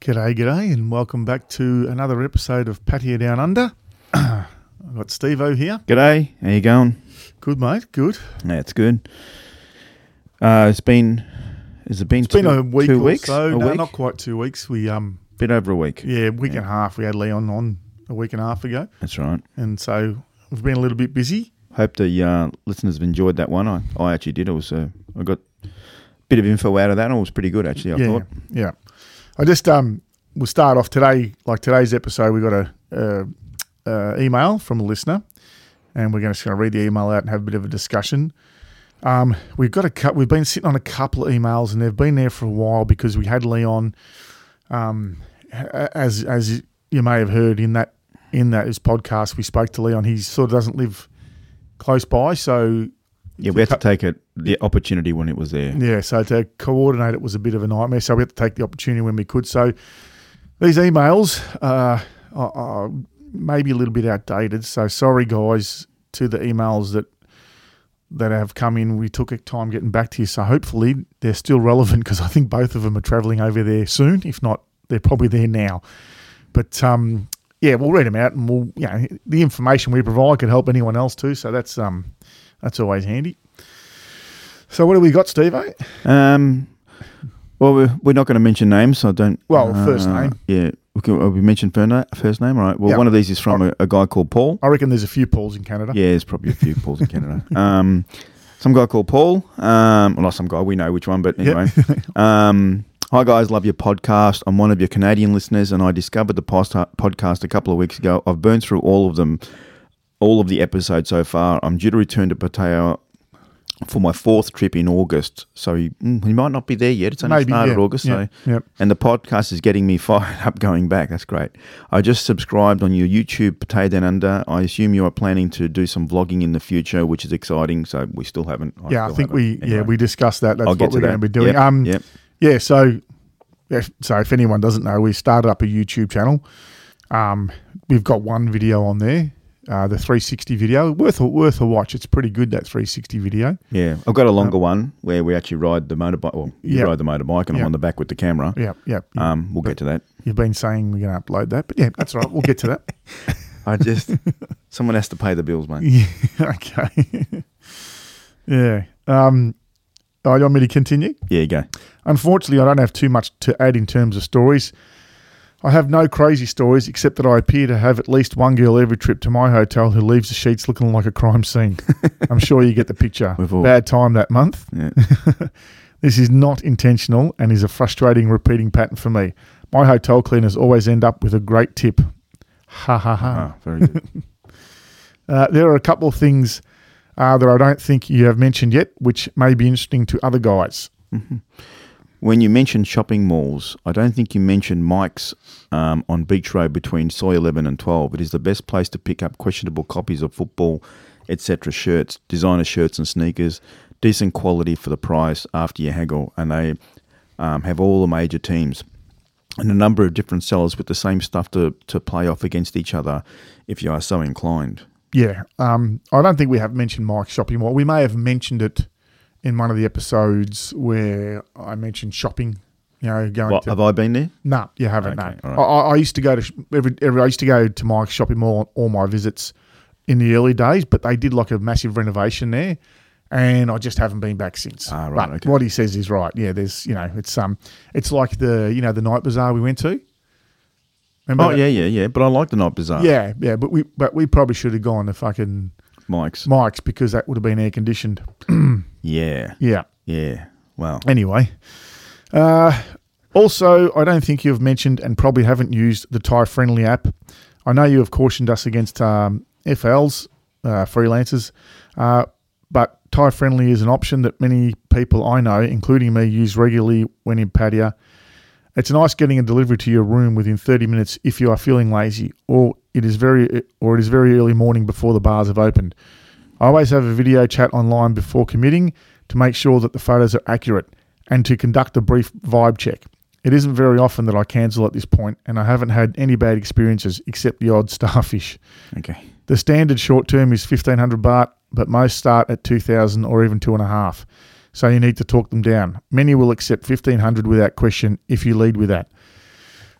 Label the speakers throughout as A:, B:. A: G'day, g'day, and welcome back to another episode of Patio Down Under. I've got Steve O here.
B: G'day, how you going?
A: Good, mate. Good.
B: That's good. Uh, it's been, has it been,
A: It's been
B: two,
A: a week
B: two
A: or
B: weeks?
A: so.
B: a
A: no,
B: week?
A: not quite two weeks. We um,
B: bit over a week.
A: yeah, week
B: Yeah.
A: and a half. We had Leon on a week and a half ago,
B: That's right.
A: and so we've been a little bit busy.
B: Hope the uh, listeners have enjoyed that one. I, I actually did also. I got a bit of info out of that. and It was pretty good actually. I
A: yeah,
B: thought.
A: yeah. I just um, we'll start off today. Like today's episode, we got a uh, uh, email from a listener, and we're gonna- just going to read the email out and have a bit of a discussion. Um, we've got a cou- we've been sitting on a couple of emails, and they've been there for a while because we had Leon, um, a- as as you may have heard in that in that his podcast, we spoke to Leon. He sort of doesn't live close by, so
B: Yeah, we had to take it the opportunity when it was there.
A: yeah, so to coordinate it was a bit of a nightmare. So we had to take the opportunity when we could. So these emails uh, are, are maybe a little bit outdated. So sorry, guys, to the emails that that have come in. We took a time getting back to you. So hopefully they're still relevant because I think both of them are traveling over there soon. If not, they're probably there now. But um, yeah, we'll read them out, and we'll you know the information we provide could help anyone else too. So that's um that's always handy. So what do we got, Steve?
B: Um, well, we're, we're not going to mention names, so I don't.
A: Well, first name.
B: Yeah, we, can, uh, we mentioned fir- na- first name. All right. Well,
A: Yeah.
B: one of these is from a, a guy called Paul.
A: I reckon there's a few polls in Canada.
B: Yeah, there's probably a few Pauls in Canada. Um, some guy called Paul. Um, well, not some guy. We know which one, but anyway. um, hi guys, love your podcast. I'm one of your Canadian listeners, and I discovered the post- uh, podcast a couple of weeks ago. I've burned through all of them, all of the episodes so far. I'm due to return to Pattaya for my fourth trip in August, so he, mm, he might not be there yet. It's only
A: Maybe,
B: started
A: yeah,
B: August,
A: yeah,
B: so
A: yep.
B: and the podcast is getting me fired up going back. That's great. I just subscribed on your YouTube, Potato Down Under. I assume you are planning to do some vlogging in the future, which is exciting. So we still haven't.
A: yeah, I
B: still
A: think we
B: haven't.
A: yeah
B: Anyway,
A: we discussed that. That's
B: I'll
A: what
B: get
A: we're
B: to
A: going to
B: that.
A: be doing.
B: Yep,
A: um,
B: yep.
A: yeah. So, if, so if anyone doesn't know, we started up a YouTube channel. Um, we've got one video on there, uh, the 360 video, worth a, worth a watch. It's pretty good that 360 video.
B: Yeah, I've got a longer one where we actually ride the motorbike. Well, you
A: uh, Yeah.
B: ride the motorbike, and
A: Yeah.
B: I'm on the back with the camera.
A: Yeah, yeah.
B: Um, we'll get to that.
A: You've been saying we're going to upload that, but yeah, that's all right. We'll get to that.
B: I just someone has to pay the bills, mate.
A: Yeah, okay. yeah. Um, oh, you want me to continue?
B: Yeah, you go.
A: Unfortunately, I don't have too much to add in terms of stories. I have no crazy stories except that I appear to have at least one girl every trip to my hotel who leaves the sheets looking like a crime scene. I'm sure you get the picture.
B: We've all-
A: Bad time that month.
B: Yeah.
A: This is not intentional and is a frustrating repeating pattern for me. My hotel cleaners always end up with a great tip. Ha ha ha.
B: Ah, very good.
A: Uh, there are a couple of things uh, that I don't think you have mentioned yet, which may be interesting to other guys.
B: When you mentioned shopping malls, I don't think you mentioned Mike's um, on Beach Road between Soy 11 and 12. It is the best place to pick up questionable copies of football, etc. shirts, designer shirts and sneakers, decent quality for the price after you haggle, and they um, have all the major teams and a number of different sellers with the same stuff to, to play off against each other if you are so inclined.
A: Yeah, um, I don't think we have mentioned Mike's shopping mall. We may have mentioned it in one of the episodes where I mentioned shopping. You know, going
B: Well,
A: to
B: have I been there?
A: no, you haven't.
B: Okay,
A: no,
B: all right.
A: I, I I used to go to sh- every, every. I used to go to Mike's shopping mall on all my visits in the early days, but they did like a massive renovation there, and I just haven't been back since.
B: Ah, right,
A: But
B: okay.
A: what he says is right. Yeah, there's you know, it's um, it's like the you know the night bazaar we went to. Remember?
B: Oh,
A: that?
B: yeah, yeah, yeah. But I like the Night Bazaar.
A: yeah, yeah. But we but we probably should have gone to fucking.
B: Mike's.
A: Mike's because that would have been air conditioned.
B: Yeah.
A: Yeah.
B: Yeah. Wow.
A: Anyway, uh, also, I don't think you've mentioned and probably haven't used the Thai Friendly app. I know you have cautioned us against um, FLs, uh, freelancers, uh, but Thai Friendly is an option that many people I know, including me, use regularly when in Pattaya. It's nice getting a delivery to your room within 30 minutes if you are feeling lazy, or it is very or it is very early morning before the bars have opened. I always have a video chat online before committing to make sure that the photos are accurate and to conduct a brief vibe check. It isn't very often that I cancel at this point, and I haven't had any bad experiences except the odd starfish.
B: Okay.
A: The standard short term is 1500 baht, but most start at 2000 or even two and a half. So you need to talk them down. Many will accept 1500 without question if you lead with that.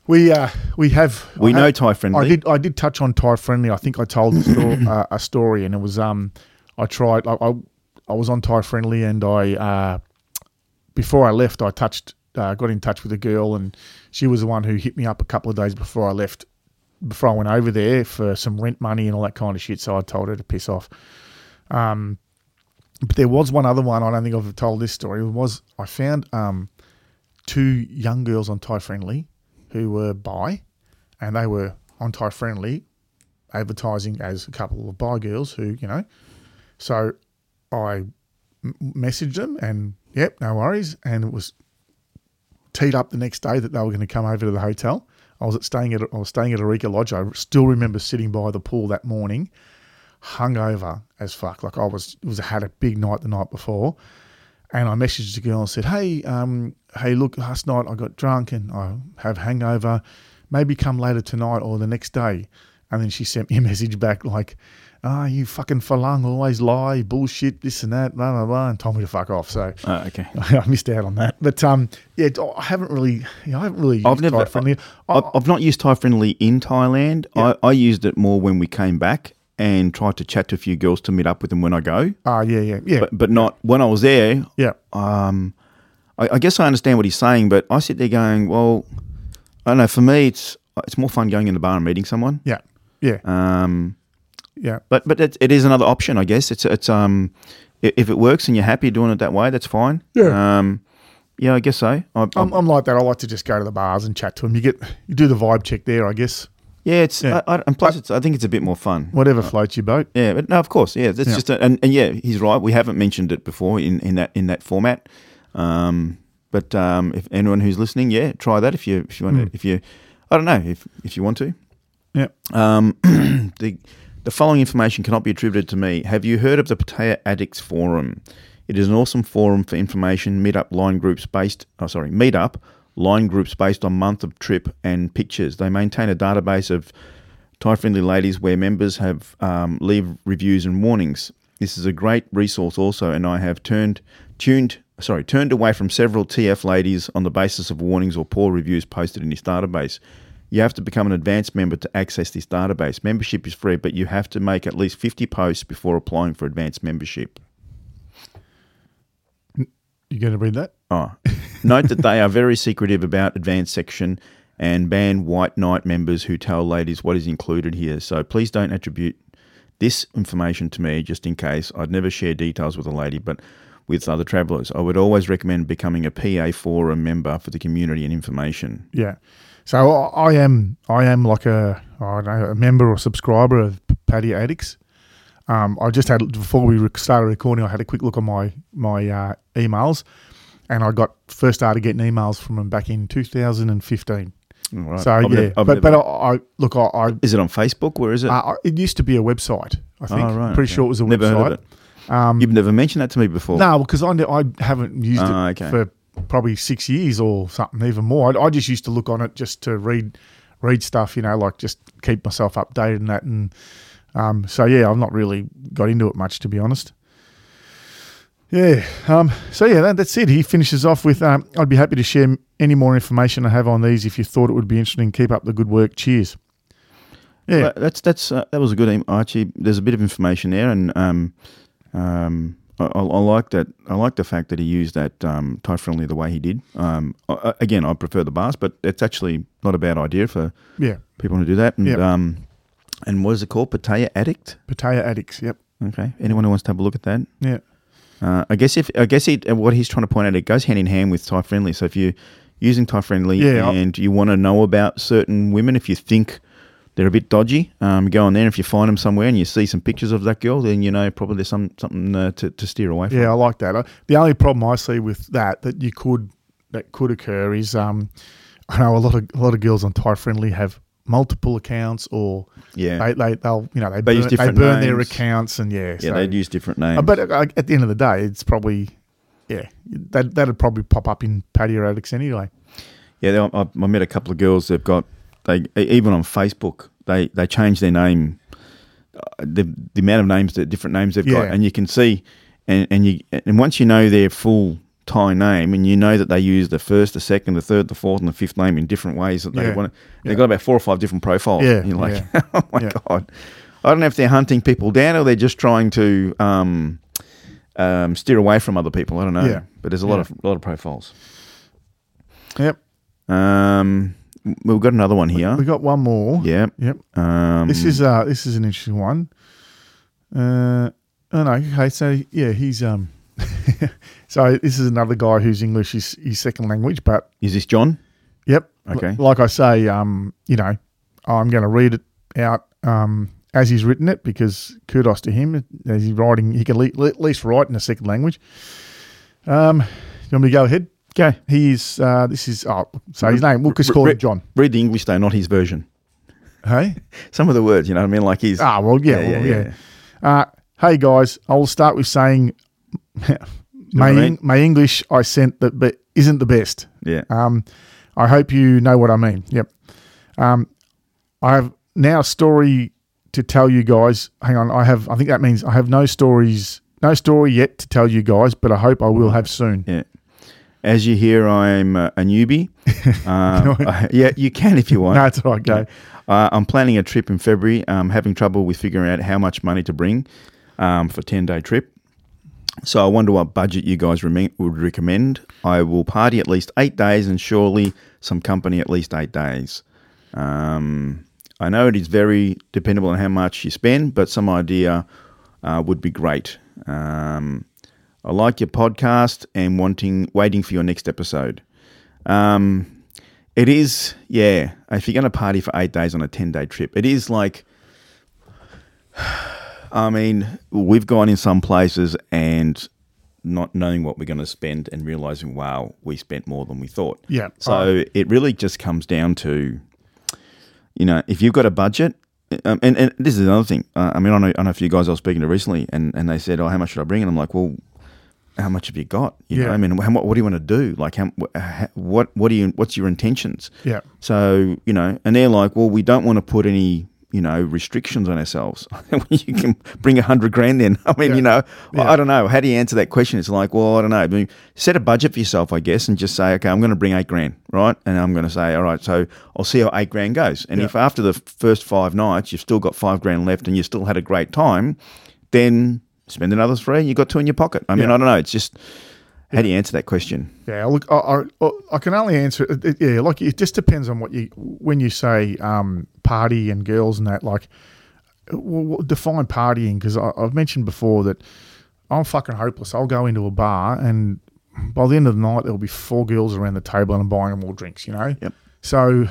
A: We uh, we have
B: We
A: I
B: know
A: have-
B: Thai friendly.
A: I did I did touch on Thai friendly. I think I told a, sto- uh, a story, and it was um I tried like I I was on Thai friendly, and I uh, before I left, I touched uh, got in touch with a girl, and she was the one who hit me up a couple of days before I left, before I went over there for some rent money and all that kind of shit. So I told her to piss off. Um, but there was one other one. I don't think I've told this story. It was I found um two young girls on Thai Friendly who were bi, and they were on Thai Friendly advertising as a couple of bi girls who, you know. So I m- messaged them and, yep, no worries. And it was teed up the next day that they were going to come over to the hotel. I was at staying at I was staying at Eureka Lodge. I still remember sitting by the pool that morning, hungover as fuck. Like I was was had a big night the night before, and I messaged the girl and said, "Hey, um, hey, look, last night I got drunk and I have hangover. Maybe come later tonight or the next day." And then she sent me a message back like, "Ah, you fucking falang always lie, bullshit, this and that, blah blah blah," and told me to fuck off. So
B: Uh, okay.
A: I missed out on that. But um, yeah, I haven't really, you know, I haven't really. Used
B: I've never-
A: Thai friendly. Oh, I,
B: I've, I've not used Thai friendly in Thailand. I, I used it more when we came back and tried to chat to a few girls to meet up with them when I go,
A: ah, yeah, yeah, yeah,
B: but, but not when I was there.
A: yeah.
B: Um, I, I guess I understand what he's saying, but I sit there going, well, I don't know. For me, it's it's more fun going in the bar and meeting someone.
A: Yeah, yeah,
B: Um,
A: yeah,
B: but but it, it is another option, I guess. It's it's um, i- if it works and you're happy doing it that way, that's fine.
A: Yeah.
B: Um, yeah, I guess so. I, I'm-
A: I'm, I'm like that. I like to just go to the bars and chat to them. You get, you do the vibe check there, I guess.
B: yeah, it's
A: Yeah.
B: I, I, and plus, it's, I think it's a bit more fun.
A: Whatever floats your boat.
B: Yeah, but no, of course, yeah. That's
A: Yeah.
B: just a, and, and yeah, he's right. We haven't mentioned it before in, in that in that format. Um, but um, if anyone who's listening, yeah, try that if you if you want to, if you I don't know if if you want to.
A: Yeah.
B: Um, the the following information cannot be attributed to me. Have you heard of the Patea Addicts Forum? It is an awesome forum for information, meetup line groups based. Oh, sorry, meetup line groups based on month of trip and pictures. They maintain a database of Thai friendly ladies where members have um, leave reviews and warnings. This is a great resource also, and I have turned tuned sorry turned away from several TF ladies on the basis of warnings or poor reviews posted in this database. You have to become an advanced member to access this database. Membership is free, but you have to make at least 50 posts before applying for advanced membership.
A: You going to read that?
B: Oh. Note that they are very secretive about advanced section and ban white knight members who tell ladies what is included here. So please don't attribute this information to me just in case. I'd never share details with a lady, but with other travellers. I would always recommend becoming a PA forum member for the community and information.
A: Yeah. So I I am, I am like a, I don't know, a member or subscriber of Patty Addicts. Um, I just had before we rec- started recording, I had a quick look on my my uh, emails, and I got first started getting emails from them back in 2015.
B: All right.
A: So
B: I've
A: yeah,
B: nev- I've
A: but but
B: never-
A: I, I look, I, I
B: is it on Facebook? Where is it?
A: Uh, it used to be a website. I think.
B: Oh, right,
A: Pretty
B: okay.
A: sure it was a
B: Never
A: website. Um,
B: heard of it. You've never mentioned that to me before.
A: No, because I, ne- I haven't used
B: Ah,
A: it
B: okay.
A: for probably six years or something, even more. I, I just used to look on it just to read read stuff, you know, like just keep myself updated and that. And um, so yeah, I've not really got into it much, to be honest. Yeah. Um, so yeah, that, that's it. He finishes off with, um, "I'd be happy to share any more information I have on these. If you thought it would be interesting, keep up the good work. Cheers." Yeah.
B: Well, that's that's uh, that was a good aim. Actually, there's a bit of information there, and um, um, I, I I like that. I like the fact that he used that um, Thai friendly the way he did. Um, I- I, again, I prefer the bars, but it's actually not a bad idea for
A: yeah.
B: people to do that. And
A: Yep.
B: um, and what is it called? Pattaya addict.
A: Patea addicts. Yep.
B: Okay, anyone who wants to have a look at that.
A: Yeah.
B: Uh, I guess if I guess he, what he's trying to point out, it goes hand in hand with Thai friendly. So if you're using Thai friendly
A: Yeah, I-
B: and you want to know about certain women, if you think they're a bit dodgy, um, go on there. If you find them somewhere and you see some pictures of that girl, then you know probably there's some something uh, to, to steer away from.
A: Yeah, I like that. I- The only problem I see with that that you could that could occur is um, I know a lot of a lot of girls on Thai Friendly have multiple accounts or
B: Yeah.
A: they, they they'll you know they
B: They use
A: burn, they
B: different
A: burn their
B: names.
A: accounts and yeah
B: yeah,
A: so-
B: they'd use different names.
A: Uh, but uh, at the end of the day it's probably yeah that that'd probably pop up in patio addicts anyway
B: Yeah, they- I, I met a couple of girls. They've got they e, even on Facebook. They they change their name. uh, The the amount of names that different names they've got,
A: Yeah.
B: and you can see, and and you and once you know their full Thai name, and you know that they use the first, the second, the third, the fourth, and the fifth name in different ways that they
A: Yeah.
B: want. It.
A: Yeah.
B: They've got about four or five different profiles.
A: Yeah,
B: And you're like,
A: yeah.
B: oh my
A: Yeah.
B: god! I don't know if they're hunting people down or they're just trying to um, um, steer away from other people. I don't know.
A: Yeah.
B: But there's a lot
A: Yeah.
B: of a lot of profiles.
A: Yep.
B: Um, we've got another one here.
A: We got one more.
B: Yeah.
A: Yep.
B: Um,
A: This is uh this is an interesting one. Uh oh no, okay, so yeah, he's um so this is another guy whose English is his second language, but
B: is this John?
A: Yep.
B: Okay.
A: L- like I say, um, you know, I'm going to read it out um, as he's written it because kudos to him as he's writing. He can le- le- at least write in a second language. Um, you want me to go ahead? Okay. He is. Uh, this is. Oh, so his name. We'll just
B: R-
A: call
B: r-
A: him John.
B: Read the English though, not his version.
A: Hey.
B: Some of the words, you know what I mean? Like he's.
A: Ah. Well. Yeah. well, yeah. Uh, hey guys, I will start with saying, my
B: what I
A: Eng-
B: mean?
A: my English I sent that but isn't the best.
B: yeah.
A: Um, I hope you know what I mean. Yep. Um, I have now a story to tell you guys. Hang on, I have. I think that means I have no stories, no story yet to tell you guys, but I hope I will have soon.
B: Yeah. As you hear, I'm uh, a newbie. Um, I- yeah, you can if you want.
A: No, it's all right. Go.
B: Uh, I'm planning a trip in February. I'm having trouble with figuring out how much money to bring um, for 10 day trip. So I wonder what budget you guys reme- would recommend. I will party at least eight days and surely some company at least eight days. Um, I know it is very dependable on how much you spend, but some idea uh, would be great. Um, I like your podcast and wanting waiting for your next episode. Um, it is, yeah. If you're going to party for eight days on a ten day trip, it is like. I mean, we've gone in some places and not knowing what we're going to spend and realizing, wow, we spent more than we thought.
A: Yeah.
B: So it really just comes down to, you know, if you've got a budget, um, and, and this is another thing. Uh, I mean, I know, I know a few guys I was speaking to recently, and, and they said, oh, how much should I bring? And I'm like, well, how much have you got? You
A: Yeah.
B: know, I mean, how, mu- what do you want to do? Like, how, wh- how, what, what do you, what's your intentions?
A: Yeah.
B: So, you know, and they're like, well, we don't want to put any, you know, restrictions on ourselves. you can bring a hundred grand then. I mean,
A: Yeah.
B: you know, I-
A: Yeah.
B: I don't know. How do you answer that question? It's like, well, I don't know. I mean, set a budget for yourself, I guess, and just say, okay, I'm going to bring eight grand, right? And I'm going to say, all right, so I'll see how eight grand goes. And
A: Yeah.
B: if after the first five nights you've still got five grand left and you still had a great time, then spend another three and you got two in your pocket. I mean,
A: Yeah.
B: I don't know. It's just, how do you answer that question?
A: Yeah. Look, I, I I- I can only answer it- it. Yeah. Like it just depends on what you when you say um, party and girls and that. Like, w- w- define partying because I've mentioned before that I'm fucking hopeless. I'll go into a bar and by the end of the night there'll be four girls around the table and I'm buying them all drinks. You know.
B: Yep.
A: So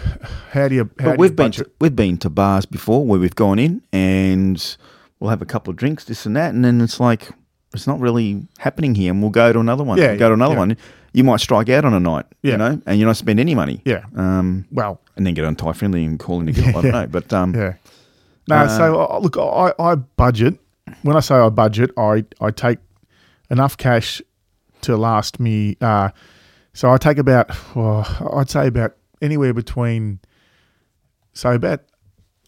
A: how do you? How do
B: But
A: you
B: we've been
A: budget?
B: to, we've been to bars before where we've gone in and we'll have a couple of drinks, this and that, and then it's like it's not really happening here, and we'll go to another one.
A: Yeah,
B: Yeah, go to another
A: yeah.
B: one. You might strike out on a night,
A: Yeah.
B: you know, and you don't spend any money.
A: Yeah.
B: Um,
A: Well.
B: and then get on Thai friendly and call in a girl. I don't know, but um,
A: Yeah. No,
B: Uh,
A: so uh, look, I, I budget. When I say I budget, I, I take enough cash to last me. Uh, so I take about, oh, I'd say about anywhere between, so about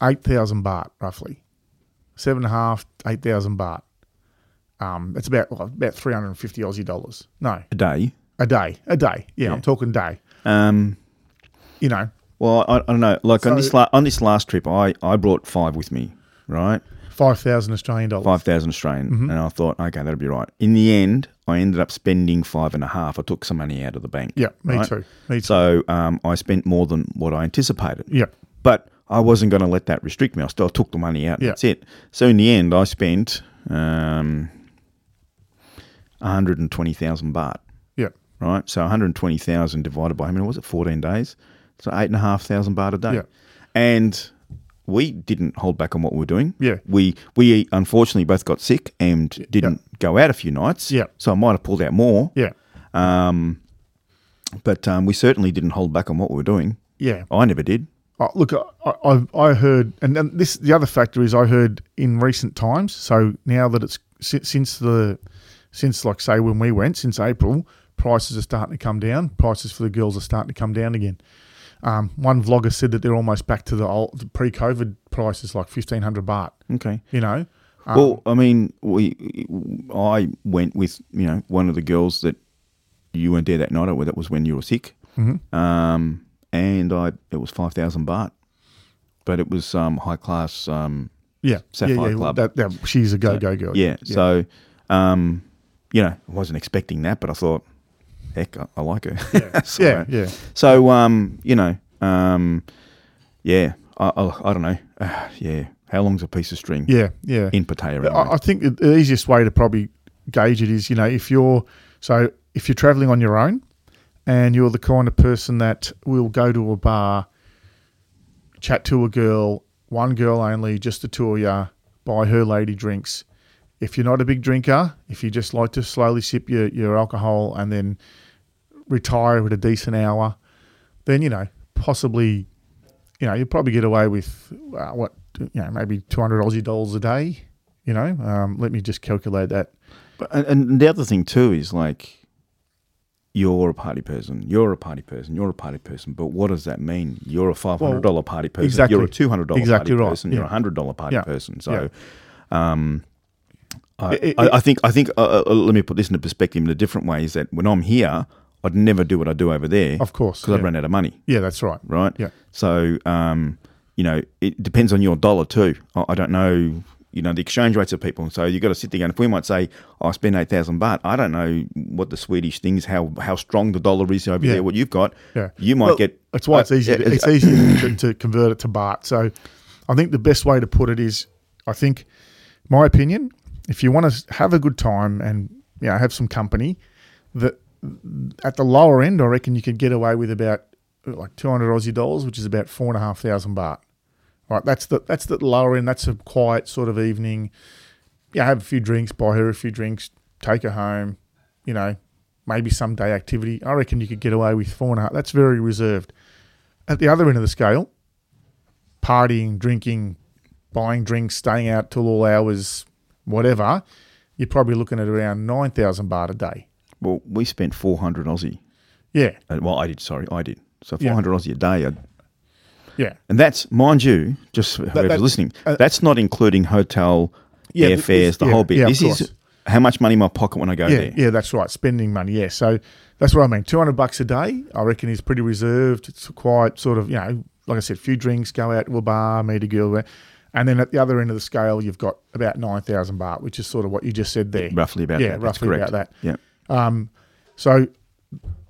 A: 8,000 baht roughly. Seven and a half, 8,000 baht. Um, it's about well, about 350 Aussie dollars. No,
B: a day.
A: a day. A day. Yeah,
B: Yeah.
A: I'm talking day.
B: Um,
A: You know,
B: well, I, I don't know. Like on
A: So-
B: this la- on this last trip, I I brought five with me, right?
A: 5,000 Australian dollars.
B: five thousand Australian,
A: Mm-hmm.
B: and I thought, okay, that'll be right. In the end, I ended up spending five and a half. I took some money out of the bank.
A: Yeah, me
B: right?
A: too. Me too.
B: So um, I spent more than what I anticipated.
A: yeah.
B: But I wasn't going to let that restrict me. I still took the money out. and
A: Yeah.
B: That's it. So in the end, I spent um, one hundred and twenty thousand baht.
A: Yeah.
B: Right. So one hundred twenty thousand divided by how many was it? Fourteen days. So eight and a half thousand baht a day.
A: Yeah.
B: And we didn't hold back on what we were doing.
A: Yeah.
B: We we unfortunately both got sick and didn't go out a few nights.
A: Yeah.
B: So I might have pulled out more.
A: Yeah.
B: Um, but um, we certainly didn't hold back on what we were doing.
A: Yeah.
B: I never did.
A: Uh, look, I, I, I heard, and then this the other factor is I heard in recent times. So now that it's si- since the since like say when we went since April, prices are starting to come down. Prices for the girls are starting to come down again. Um, one vlogger said that they're almost back to the old pre-COVID prices, like fifteen hundred baht.
B: Okay.
A: You know, um,
B: well, I mean, we I went with you know one of the girls that you weren't there that night, or that was when you were sick.
A: hmm
B: Um, and I it was five thousand baht, but it was um, high class. Um,
A: Yeah.
B: Sapphire
A: yeah, yeah.
B: Club.
A: That, that, she's a go
B: So-
A: go girl.
B: Oh, yeah, So, um, you know, I wasn't expecting that, but I thought, heck, I, I like her.
A: Yeah.
B: So-
A: yeah. yeah.
B: So, um, you know, um, yeah, I, I, I don't know. Uh, yeah, how long's a piece of string
A: Yeah. Yeah.
B: in Pattaya? Anyway?
A: I, I think the- the easiest way to probably gauge it is, you know, if you're so if you're traveling on your own and you're the kind of person that will go to a bar, chat to a girl, one girl only, just the two of ya, buy her lady drinks. If you're not a big drinker, if you just like to slowly sip your, your alcohol and then retire at a decent hour, then you know possibly, you know, you probably get away with uh, what you know maybe 200 Aussie dollars a day. You know, um, let me just calculate that.
B: But, and, and the other thing too is like, you're a party person. You're a party person. You're a party person. But what does that mean? You're a five hundred dollar party person.
A: exactly.
B: You're a two hundred dollar
A: Exactly
B: party
A: right,
B: person. You're
A: yeah.
B: a hundred dollar party
A: Yeah,
B: person. So, um, I,
A: It- it-
B: I, I think I think uh, uh, let me put this into perspective in a different way. Is that when I'm here, I'd never do what I do over there
A: Of course,
B: because I'd
A: yeah.
B: run out of money.
A: yeah, that's right.
B: right?
A: Yeah.
B: So, um, you know, it depends on your dollar too. I, I don't know, you know, the exchange rates of people. So you've got to sit there going, if we might say, "Oh, I spend 8,000 baht, I don't know what the Swedish thing is, how, how strong the dollar is over
A: Yeah.
B: there, what you've got.
A: Yeah.
B: You might
A: Well,
B: get.
A: That's why it's
B: uh,
A: easy.
B: yeah,
A: to, it's easy to, to convert it to Bart. So, I think the best way to put it is, I think, my opinion, if you want to have a good time and you know have some company, that at the lower end, I reckon you could get away with about uh, like two hundred Aussie dollars, which is about four and a half thousand baht. All right, that's the that's the lower end. That's a quiet sort of evening. Yeah, have a few drinks, buy her a few drinks, take her home. You know, maybe some day activity. I reckon you could get away with four and a half. That's very reserved. At the other end of the scale, partying, drinking, buying drinks, staying out till all hours, whatever. You're probably looking at around nine thousand baht a day.
B: Well, we spent 400 Aussie.
A: Yeah,
B: Uh, Well, I did, sorry, I did. So
A: Yeah.
B: 400 Aussie a day. I-
A: yeah.
B: And that's, mind you, just for whoever's
A: that-
B: listening,
A: uh,
B: that's not including hotel,
A: Yeah, th-
B: airfares,
A: this-
B: the
A: yeah,
B: whole bit.
A: yeah, of
B: this
A: course.
B: is how much money in my pocket when I go
A: yeah,
B: there.
A: Yeah, that's right. Spending money. Yeah. So that's what I mean. 200 bucks a day, I reckon, is pretty reserved. It's quite sort of, you know, like I said, few drinks, go out to a bar, meet a girl. And then at the other end of the scale, you've got about 9,000 baht, which is sort of what you just said there.
B: Roughly about
A: yeah,
B: that. that's
A: roughly
B: correct.
A: about that.
B: Yeah.
A: So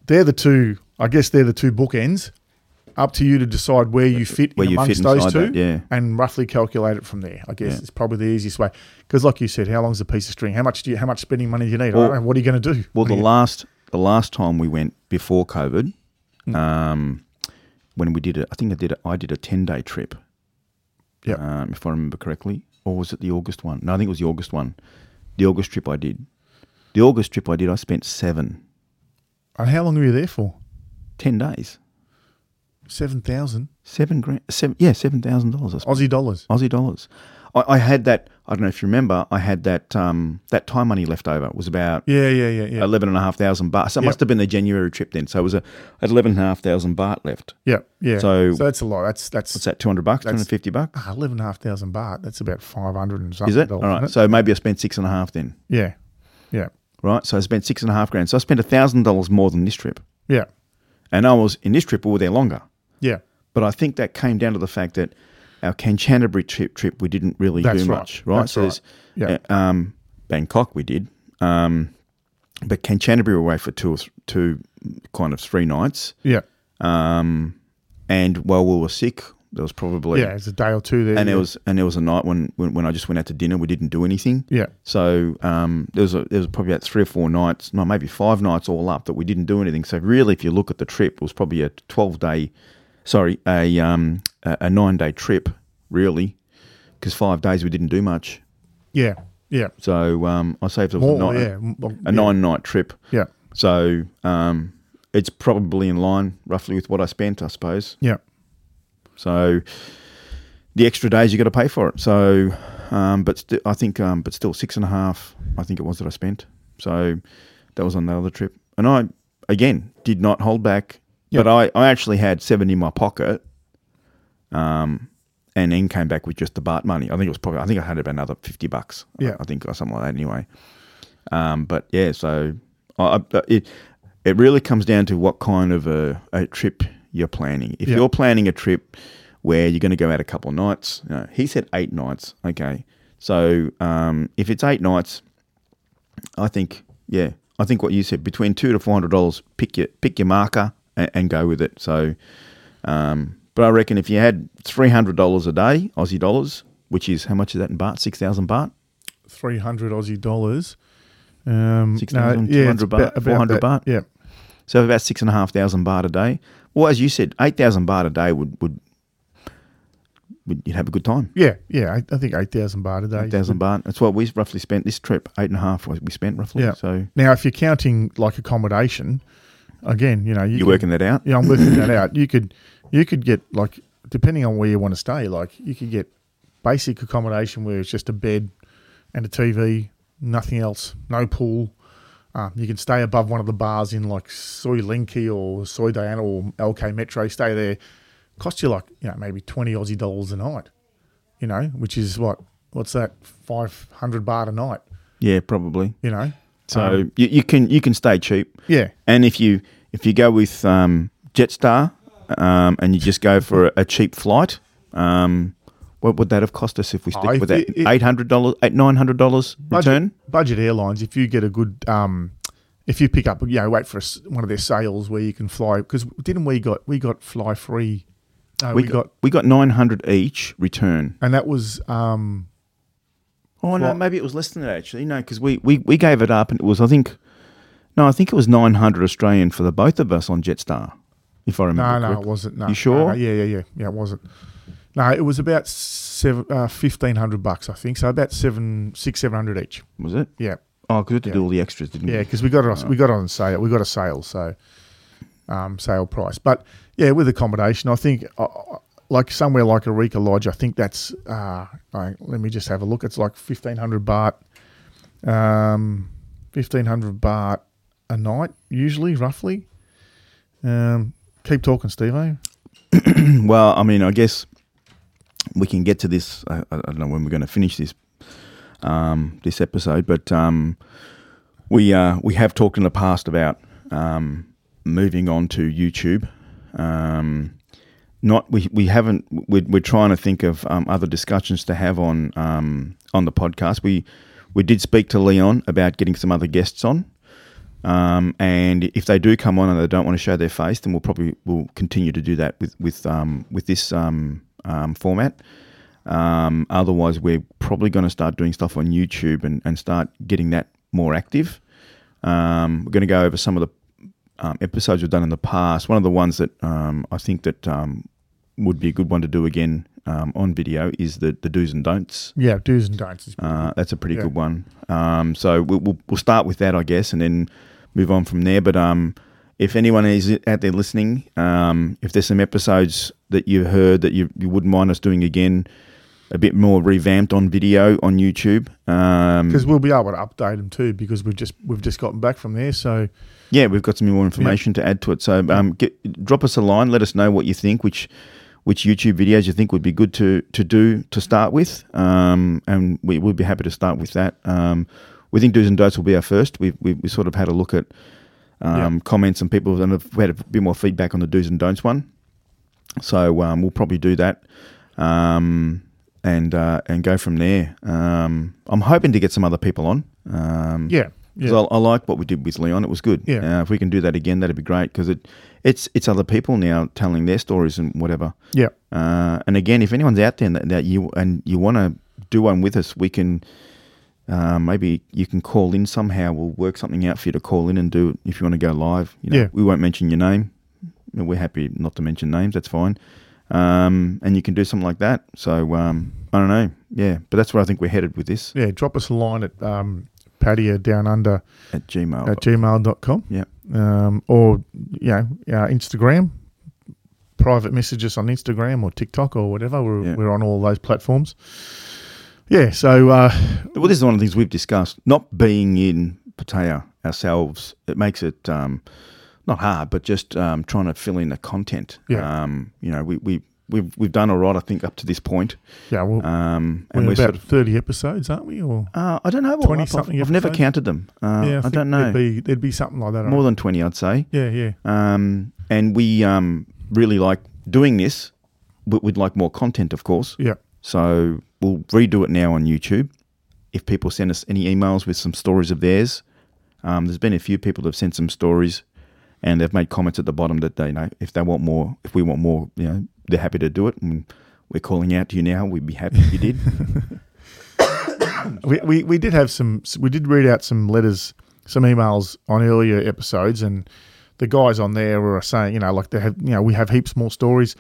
A: they're the two, I guess they're the two bookends. Up to you to decide where you fit
B: Where
A: in
B: you fit
A: amongst those
B: inside
A: two
B: that, yeah.
A: and roughly calculate it from there. I guess
B: Yeah.
A: it's probably the easiest way. Because like you said, how long's a piece of string? How much do you how much spending money do you need? I
B: Well-
A: don't know. what are you going to do?
B: Well,
A: What are
B: the
A: you-
B: last the last time we went before COVID,
A: Mm.
B: um, when we did it, I think I did a, I did a ten day trip.
A: Yeah.
B: um, if I remember correctly, or was it the August one? No, I think it was the August one. The August trip I did. The August trip I did, I spent seven,
A: And how long were you there for?
B: 10 days,
A: Seven thousand
B: seven grand, seven, yeah, seven thousand dollars. I spent
A: Aussie dollars.
B: Aussie dollars. I, I had that. I don't know if you remember. I had that um, that time money left over. It was about
A: Yeah, yeah, yeah, yeah,
B: eleven and a half thousand baht. So it
A: Yep.
B: must have been the January trip then. So it was a at eleven and a half thousand baht left.
A: yeah, yeah.
B: So-
A: that's a lot. That's that's
B: What's that? Two hundred bucks, two
A: That's-
B: hundred fifty bucks.
A: ah, eleven and a half thousand baht. That's about five hundred and something.
B: Is it all
A: dollars,
B: right?
A: isn't
B: So maybe I spent six and a half then,
A: it? yeah, yeah,
B: right? So I spent six and a half grand. So I spent a thousand dollars more than this trip,
A: yeah,
B: and I was in this trip we were there longer.
A: yeah.
B: But I think that came down to the fact that our Kanchanaburi trip trip we didn't really
A: That's
B: do
A: right.
B: much, right?
A: That's
B: so there's-
A: right.
B: uh, um, Bangkok we did, um, but Kanchanaburi we were away for two or th- two kind of three nights,
A: Yeah,
B: um, and while we were sick, there was probably
A: yeah. It's a day or two there.
B: and
A: yeah.
B: there was and there was a night when, when when I just went out to dinner, we didn't do anything.
A: yeah,
B: So um, there was a, there was probably about three or four nights, no, maybe five nights all up that we didn't do anything. So really, if you look at the trip, it was probably a twelve day, sorry, a um, a a nine day trip, really, because five days we didn't do much.
A: yeah, yeah.
B: So um, I say if it was
A: More,
B: a, nine,
A: yeah, m- well,
B: a nine night trip,
A: yeah,
B: so um, it's probably in line roughly with what I spent, I suppose.
A: yeah,
B: So the extra days you got to pay for it. So, um, but st- I think, um, but still six and a half. I think it was that I spent. So that was on the other trip, and I again did not hold back.
A: Yeah.
B: But I, I actually had seven in my pocket, um, and then came back with just the Bart money. I think it was probably I think I had about another fifty bucks. I-
A: Yeah.
B: I think or something like that. Anyway, um, but yeah, so I, I, it it really comes down to what kind of a, a trip you're planning. If
A: Yeah.
B: you're planning a trip where you're going to go out a couple of nights, you know, he said eight nights. Okay, so um, if it's eight nights, I think yeah, I think what you said between two to four hundred dollars, pick your pick your marker and, and go with it. So, um, but I reckon if you had three hundred dollars a day, Aussie dollars, which is how much is that in baht? Six thousand baht,
A: three hundred Aussie dollars. Um,
B: Six
A: no,
B: thousand,
A: yeah, it's
B: 200 baht,
A: about- about
B: 400
A: that.
B: baht.
A: Yeah,
B: so about six and a half thousand baht a day. Well, as you said, eight thousand baht a day would would would you'd have a good time.
A: yeah, yeah. I, I think eight thousand baht a day.
B: Eight thousand baht. That's what we roughly spent this trip. Eight and a half was we spent roughly.
A: Yeah.
B: So
A: Now, if you're counting like accommodation, again, you know, you
B: you're
A: could-
B: working that out.
A: Yeah, I'm working that out. You could, you could get like depending on where you want to stay. Like you could get basic accommodation where it's just a bed and a TV, nothing else, no pool. Uh, you can stay above one of the bars in like Soy Linky or Soy Diana or LK Metro. Stay there, cost you like you know maybe twenty Aussie dollars a night. You know, which is what what's that five hundred baht a night.
B: Yeah, probably.
A: You know,
B: So
A: Um,
B: you, you can you can stay cheap.
A: yeah,
B: And if you if you go with um, Jetstar um, and you just go for a, a cheap flight, um, what would that have cost us if we stick
A: I
B: with
A: thi-
B: that?
A: it-
B: Eight hundred dollars, eight nine hundred dollars return.
A: budget airlines if you get a good um if you pick up you know wait for a s one of their sales where you can fly because didn't we got we got fly free no, we, got,
B: we got nine hundred each return.
A: and that was um
B: Oh no,
A: Flight-
B: maybe it was less than that actually. No, because we, we we gave it up and it was I think, no, I think it was nine hundred Australian for the both of us on Jetstar, if I remember.
A: no no it
B: correctly.
A: wasn't no
B: You
A: No,
B: sure?
A: no, yeah yeah yeah yeah it wasn't no it was about seven uh, fifteen hundred bucks I think so about seven six seven hundred each
B: was it?
A: yeah
B: Oh, because we had to
A: Yeah.
B: do all the extras, didn't
A: Mm. Yeah,
B: we?
A: because we got it. on We got it on sale. We got a sale, so um, sale price. But yeah, with accommodation, I think uh, uh, like somewhere like Eureka Lodge, I think that's. Uh, I, let me just have a look. It's like fifteen hundred baht, um, fifteen hundred baht a night usually, roughly. Um, keep talking, Steve. eh?
B: well, I mean, I guess we can get to this. I, I I don't know when we're going to finish this um, this episode, but um, we uh, we have talked in the past about um, moving on to YouTube. Um, not we, we haven't we're, we're trying to think of um, other discussions to have on um, on the podcast. We we did speak to Leon about getting some other guests on. Um, and if they do come on and they don't want to show their face, then we'll probably we'll continue to do that with with um, with this um, um, format. Um, otherwise, we're probably going to start doing stuff on YouTube and, and start getting that more active. Um, we're going to go over some of the um, episodes we've done in the past. One of the ones that um, I think that um, would be a good one to do again um, on video is the the do's and don'ts.
A: Yeah, do's and don'ts. is-
B: Uh, that's a pretty
A: Yeah.
B: good one. Um, so we'll, we'll, we'll start with that, I guess, and then move on from there. But um, if anyone is out there listening, um, if there's some episodes that you heard that you, you wouldn't mind us doing again, a bit more revamped on video on YouTube. Um,
A: because we'll be able to update them too because we've just we've just gotten back from there so
B: Yeah, we've got some more information to add to it. So um, get, drop us a line. Let us know what you think. Which which YouTube videos you think would be good to to do to start with. Um, and we would be happy to start with that. Um, we think do's and don'ts will be our first. We've we, we sort of had a look at um, comments and people, and have had a bit more feedback on the do's and don'ts one. So um, we'll probably do that. Um, and uh, and go from there. Um, I'm hoping to get some other people on. Um,
A: yeah yeah
B: so I, I like what we did with Leon. It was good.
A: Yeah.
B: Uh, if we can do that again, that'd be great because it, it's it's other people now telling their stories and whatever.
A: yeah
B: Uh, and again, if anyone's out there that, that you and you want to do one with us, we can. Uh, maybe you can call in somehow. We'll work something out for you to call in and do it if you want to go live. You know,
A: Yeah.
B: We won't mention your name. No, We're happy not to mention names. That's fine. Um, and you can do something like that. So um, I don't know. Yeah, but that's where I think we're headed with this
A: yeah drop us a line at um, patio down under
B: at Gmail.
A: at gmail.com.
B: Yeah.
A: Um, or, you know, uh, Instagram, private messages on Instagram or TikTok or whatever. We're,
B: Yeah.
A: we're on all those platforms. Yeah. So, uh,
B: Well, this is one of the things we've discussed. Not being in Pattaya ourselves, it makes it um, not hard, but just um, trying to fill in the content.
A: Yeah.
B: Um, you know, we, we we've we've done all right, I think, up to this point.
A: Yeah, well,
B: Um, and
A: we're,
B: we're
A: about
B: sort of.
A: thirty episodes, aren't we? Or
B: Uh, I don't know. What
A: 20
B: I've,
A: something
B: I've never
A: episodes?
B: counted them. Uh,
A: yeah,
B: I
A: think
B: don't know.
A: There'd be, uh, there'd be something like that. I
B: More than twenty, I'd say.
A: reckon. yeah, yeah,
B: Um, and we um, really like doing this, but we'd like more content, of course.
A: yeah.
B: So we'll redo it now on YouTube. If people send us any emails with some stories of theirs, um, there's been a few people that have sent some stories, and they've made comments at the bottom that they know if they want more, if we want more, you know, they're happy to do it. And we're calling out to you now. We'd be happy if you did.
A: We, we we did have some. We did read out some letters, some emails on earlier episodes, and the guys on there were saying, you know, like they have, you know, we have heaps more stories.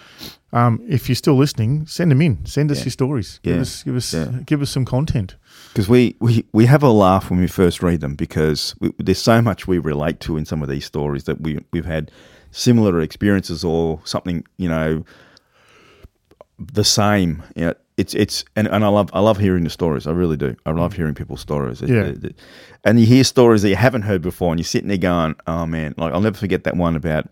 A: Um, if you're still listening, send them in. Send us
B: Yeah.
A: your stories. Give
B: Yeah.
A: us give us
B: Yeah.
A: give us some content.
B: because we, we we have a laugh when we first read them because we, there's so much we relate to in some of these stories that we we've had similar experiences or something you know the same you know, it's it's and, and I love I love hearing the stories I really do I love hearing people's stories It-
A: Yeah.
B: it- it- and you hear stories that you haven't heard before and you're sitting there going oh man like I'll never forget that one about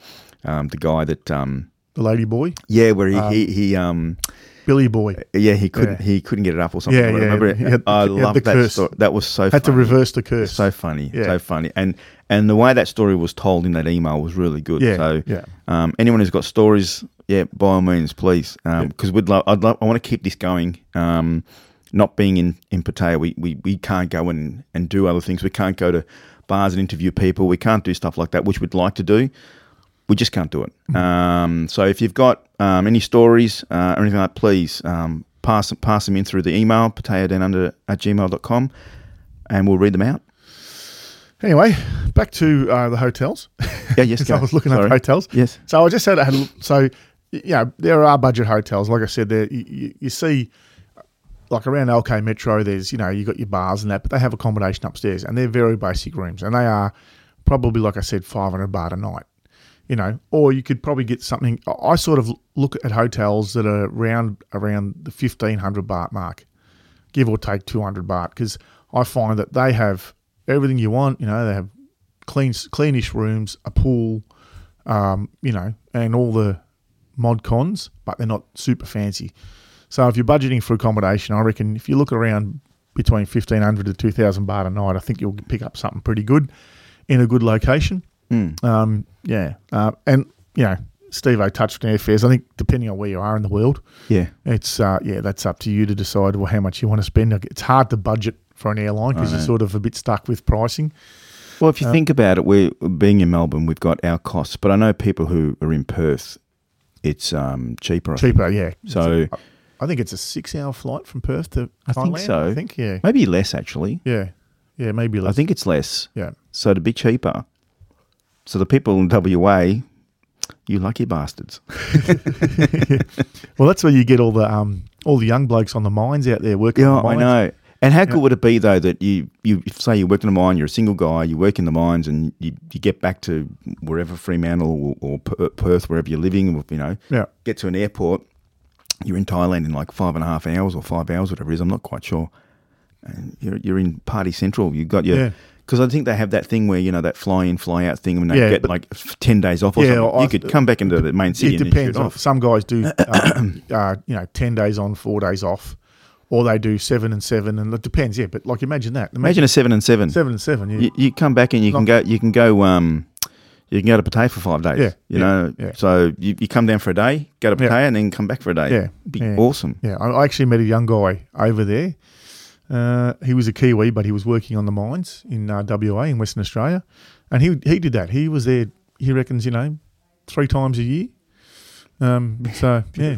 B: um, the guy that um,
A: The lady boy,
B: yeah where he he, he um
A: Billy boy,
B: yeah he couldn't
A: Uh, Yeah.
B: he couldn't get it up or something
A: Yeah,
B: I
A: yeah.
B: remember it.
A: He had-
B: I
A: he had
B: love
A: the
B: that
A: curse.
B: story that was so
A: had to
B: funny.
A: reverse the curse.
B: So funny,
A: Yeah.
B: so funny, and and the way that story was told in that email was really good.
A: Yeah,
B: So
A: yeah.
B: um, anyone who's got stories, yeah, by all means, please, because we'd love, I'd love, I want to keep this going. Um, not being in in Pattaya, we, we we can't go and and do other things. We can't go to bars and interview people. We can't do stuff like that, which we'd like to do. We just can't do
A: Mm-hmm.
B: it. Um, so if you've got um, any stories uh, or anything like, that, please um, pass pass them in through the email under at gmail.com and we'll read them out.
A: Anyway, back to uh, the hotels.
B: Yeah, yes,
A: 'Cause I
B: go.
A: was looking
B: Sorry.
A: up hotels.
B: Yes.
A: So I just said I had a l- so y- yeah, there are budget hotels. Like I said, there you- you, you see like around LK Metro, there's you know you got your bars and that, but they have accommodation upstairs, and they're very basic rooms, and they are probably like I said, five hundred baht a night. You know, or you could probably get something. I- I sort of look at hotels that are around around the fifteen hundred baht mark give or take 200 baht because I find that they have everything you want. You know, they have clean, cleanish rooms, a pool, um, you know, and all the mod cons, but they're not super fancy. So if you're budgeting for accommodation, I reckon if you look around between 1500 to 2000 baht a night, I think you'll pick up something pretty good in a good location.
B: Hmm.
A: Um, yeah. Uh, and, you know, Steve O touched on airfares. I think depending on where you are in the world,
B: Yeah.
A: it's uh, yeah, that's up to you to decide well, how much you want to spend. Like, It's hard to budget for an airline because
B: I
A: you're
B: know.
A: sort of a bit stuck with pricing. Uh,
B: Well, if you think about it, we're being in Melbourne, we've got our costs, but I know people who are in Perth, it's um, cheaper. I think.
A: Cheaper, yeah.
B: So
A: I think it's a six-hour flight from Perth to
B: I think
A: Thailand,
B: so.
A: I think yeah,
B: maybe less actually.
A: yeah, yeah, maybe
B: I
A: less.
B: think it's less.
A: yeah,
B: So to be cheaper. So the people in WA, you lucky bastards.
A: well, that's where you get all the um all the young blokes on the mines out there working.
B: Yeah,
A: on the
B: I
A: mines.
B: know. And how cool would it be though that you, you if, say you work in a mine, you're a single guy, you work in the mines, and you, you get back to wherever Fremantle or, or Per- Perth, wherever you're living, you know,
A: Yeah,
B: get to an airport, you're in Thailand in like five and a half hours or five hours, whatever it is. I'm not quite sure. And you're, you're in Party Central. You've got
A: Yeah.
B: your. Because I think they have that thing where, you know, that fly in, fly out thing, and they
A: Yeah,
B: get
A: but-
B: like f- 10 days off or
A: Yeah,
B: something.
A: I-
B: you could come back into the main city
A: it
B: and then shoot
A: depends. on-
B: off.
A: Some guys do, um, uh, you know, ten days on, four days off, or they do seven and seven, and it depends. Yeah, but like imagine that. Imagine,
B: Imagine a seven and seven.
A: seven and seven. Yeah,
B: You, you come back and you can go, you can go, um, you can go to Pattaya for five days.
A: Yeah, yeah,
B: You know,
A: yeah.
B: so you, you come down for a day, go to
A: Yeah.
B: Pattaya, and then come back for a day.
A: Yeah,
B: Be
A: yeah.
B: awesome.
A: Yeah, I I actually met a young guy over there. Uh, he was a Kiwi, but he was working on the mines in uh, WA in Western Australia, and he he did that. He was there. He reckons you know, three times a year. Um, so yeah,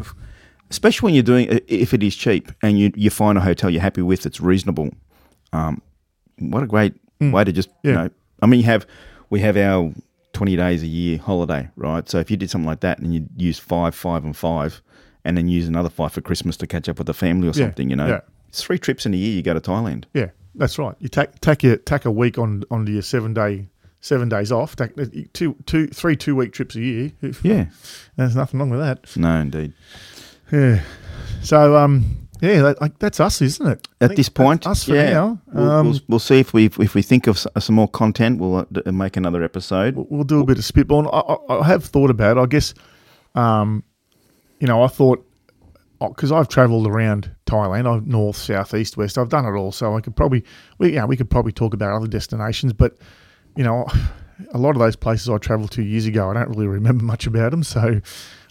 B: especially when you're doing i- if it is cheap and you you find a hotel you're happy with that's reasonable. Um, what a great way to just you
A: Mm. Yeah.
B: know. I mean, you have we have our twenty days a year holiday, right? So if you did something like that and you use five, five, and five, and then use another five for Christmas to catch up with the family or
A: Yeah,
B: something, you know,
A: yeah.
B: it's three trips in a year you go to Thailand.
A: yeah, that's right. You tack tack your tack a week on onto your seven day seven days off. Tack, two two three two week trips a year.
B: Yeah,
A: There's nothing wrong with that.
B: no, indeed.
A: Yeah. So um yeah, that, like that's us, isn't it? I
B: At
A: think
B: this point,
A: that's us for
B: yeah,
A: now.
B: We'll,
A: um,
B: we'll, we'll see if we if we think of s- some more content. We'll uh, d- make another episode.
A: we'll we'll do a bit of spitball. And I, I, I have thought about. It. I guess, um, you know, I thought because I've travelled around Thailand, I've north, south, east, west. I've done it all, so I could probably we yeah we could probably talk about other destinations, but you know, a lot of those places I travelled to years ago, I don't really remember much about them, so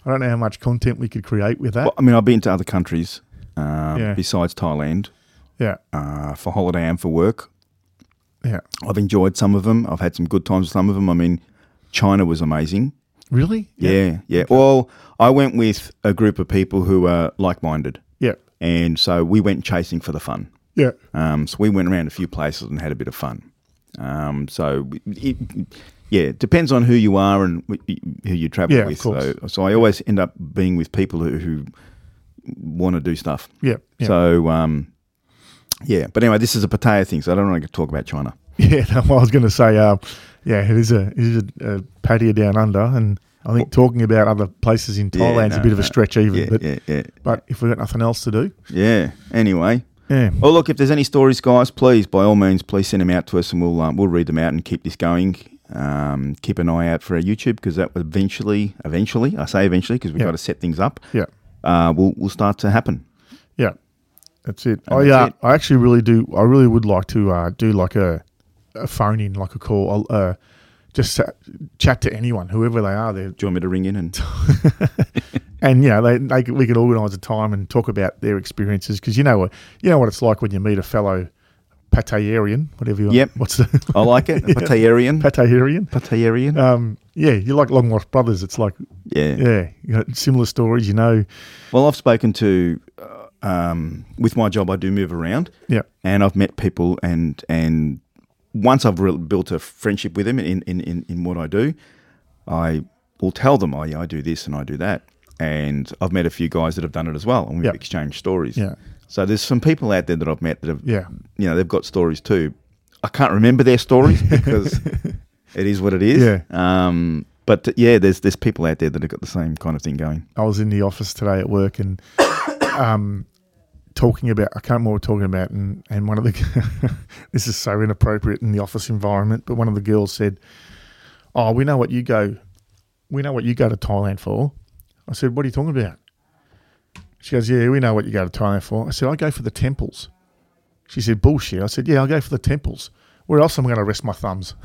A: I don't know how much content we could create with that.
B: Well, I mean, I've been to other countries uh,
A: Yeah.
B: besides Thailand
A: yeah,
B: uh, for holiday and for work.
A: yeah,
B: I've enjoyed some of them. I've had some good times with some of them. I mean, China was amazing.
A: really,
B: Yeah, yeah. Well, I went with a group of people who are like-minded,
A: yeah,
B: and so we went chasing for the fun.
A: yeah,
B: Um, so we went around a few places and had a bit of fun. Um, so, it, yeah, it depends on who you are and wh- who you travel
A: Yeah, of
B: with. So,
A: course.
B: so I always end up being with people who, who want to do stuff.
A: yeah, yeah.
B: So, um, yeah. But anyway, this is a Pattaya thing, so I don't want to talk about China.
A: Yeah, no, well, I was going to say, um, yeah, it is a it is a, a patio down under, and I think talking about other places in
B: Yeah,
A: Thailand's
B: no,
A: a bit of
B: no.
A: a stretch, even.
B: Yeah,
A: but
B: yeah, yeah,
A: but if we've got nothing else to do,
B: yeah. Anyway.
A: yeah,
B: Well, Oh, look, if there's any stories, guys, please, by all means, please send them out to us and we'll, um, we'll read them out and keep this going. Um, keep an eye out for our YouTube because that will eventually, eventually, I say eventually because we've
A: Yeah.
B: got to set things up,
A: yeah,
B: uh, will will start to happen.
A: yeah, that's it.
B: And
A: I
B: that's
A: uh,
B: it.
A: I actually really do. I really would like to uh, do like a a phone in, like a call, uh, just sa chat to anyone, whoever they are. There,
B: Do you want me to ring in and
A: and you know, they, they could- we could organise a time and talk about their experiences because you know what you know what it's like when you meet a fellow Patayarian, whatever. you
B: Yep.
A: What's the
B: I like it?
A: Yeah.
B: Patayarian,
A: Patayarian?
B: Patayarian.
A: um, yeah, you're like long lost brothers. It's like,
B: yeah.
A: yeah, you got similar stories, you know.
B: Well, I've spoken to, uh, um, with my job, I do move around,
A: Yeah,
B: and I've met people, and and once I've re- built a friendship with them in in, in in what I do, I will tell them, oh yeah, I do this and I do that, and I've met a few guys that have done it as well, and we've
A: Yep.
B: exchanged stories.
A: Yeah.
B: So there's some people out there that I've met that have,
A: yeah,
B: you know, they've got stories too. I can't remember their stories because it is what it is.
A: Yeah.
B: Um, but yeah, there's there's people out there that have got the same kind of thing going.
A: I was in the office today at work and um, talking about I can't remember what we're talking about and and one of the this is so inappropriate in the office environment, but one of the girls said, "Oh, we know what you go, we know what you go to Thailand for." I said, "What are you talking about?" She goes, "Yeah, we know what you go to Thailand for." I said, "I go for the temples." She said, "Bullshit." I said, "Yeah, I go for the temples. Where else am I going to rest my thumbs?"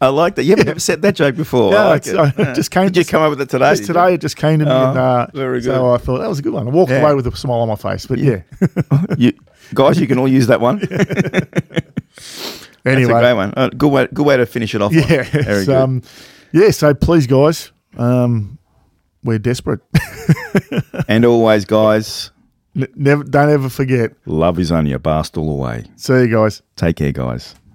B: I like that. You haven't ever said that joke before.
A: Yeah,
B: I like
A: it's-
B: it.
A: I just came-
B: Did you come up with it today?
A: Just today, it just came to me,
B: Oh,
A: and uh,
B: very
A: so I thought that was a good one. I walked
B: Yeah.
A: away with a smile on my face, but yeah.
B: You, guys, you can all use that one.
A: anyway,
B: That's a great one. Uh, good way, good way to finish it off. on.
A: Yeah.
B: Very
A: so,
B: good.
A: um, yeah. So please, guys, um, we're desperate.
B: and always, guys,
A: N- never, don't ever forget.
B: love is only a bar stool away.
A: See you guys.
B: Take care, guys.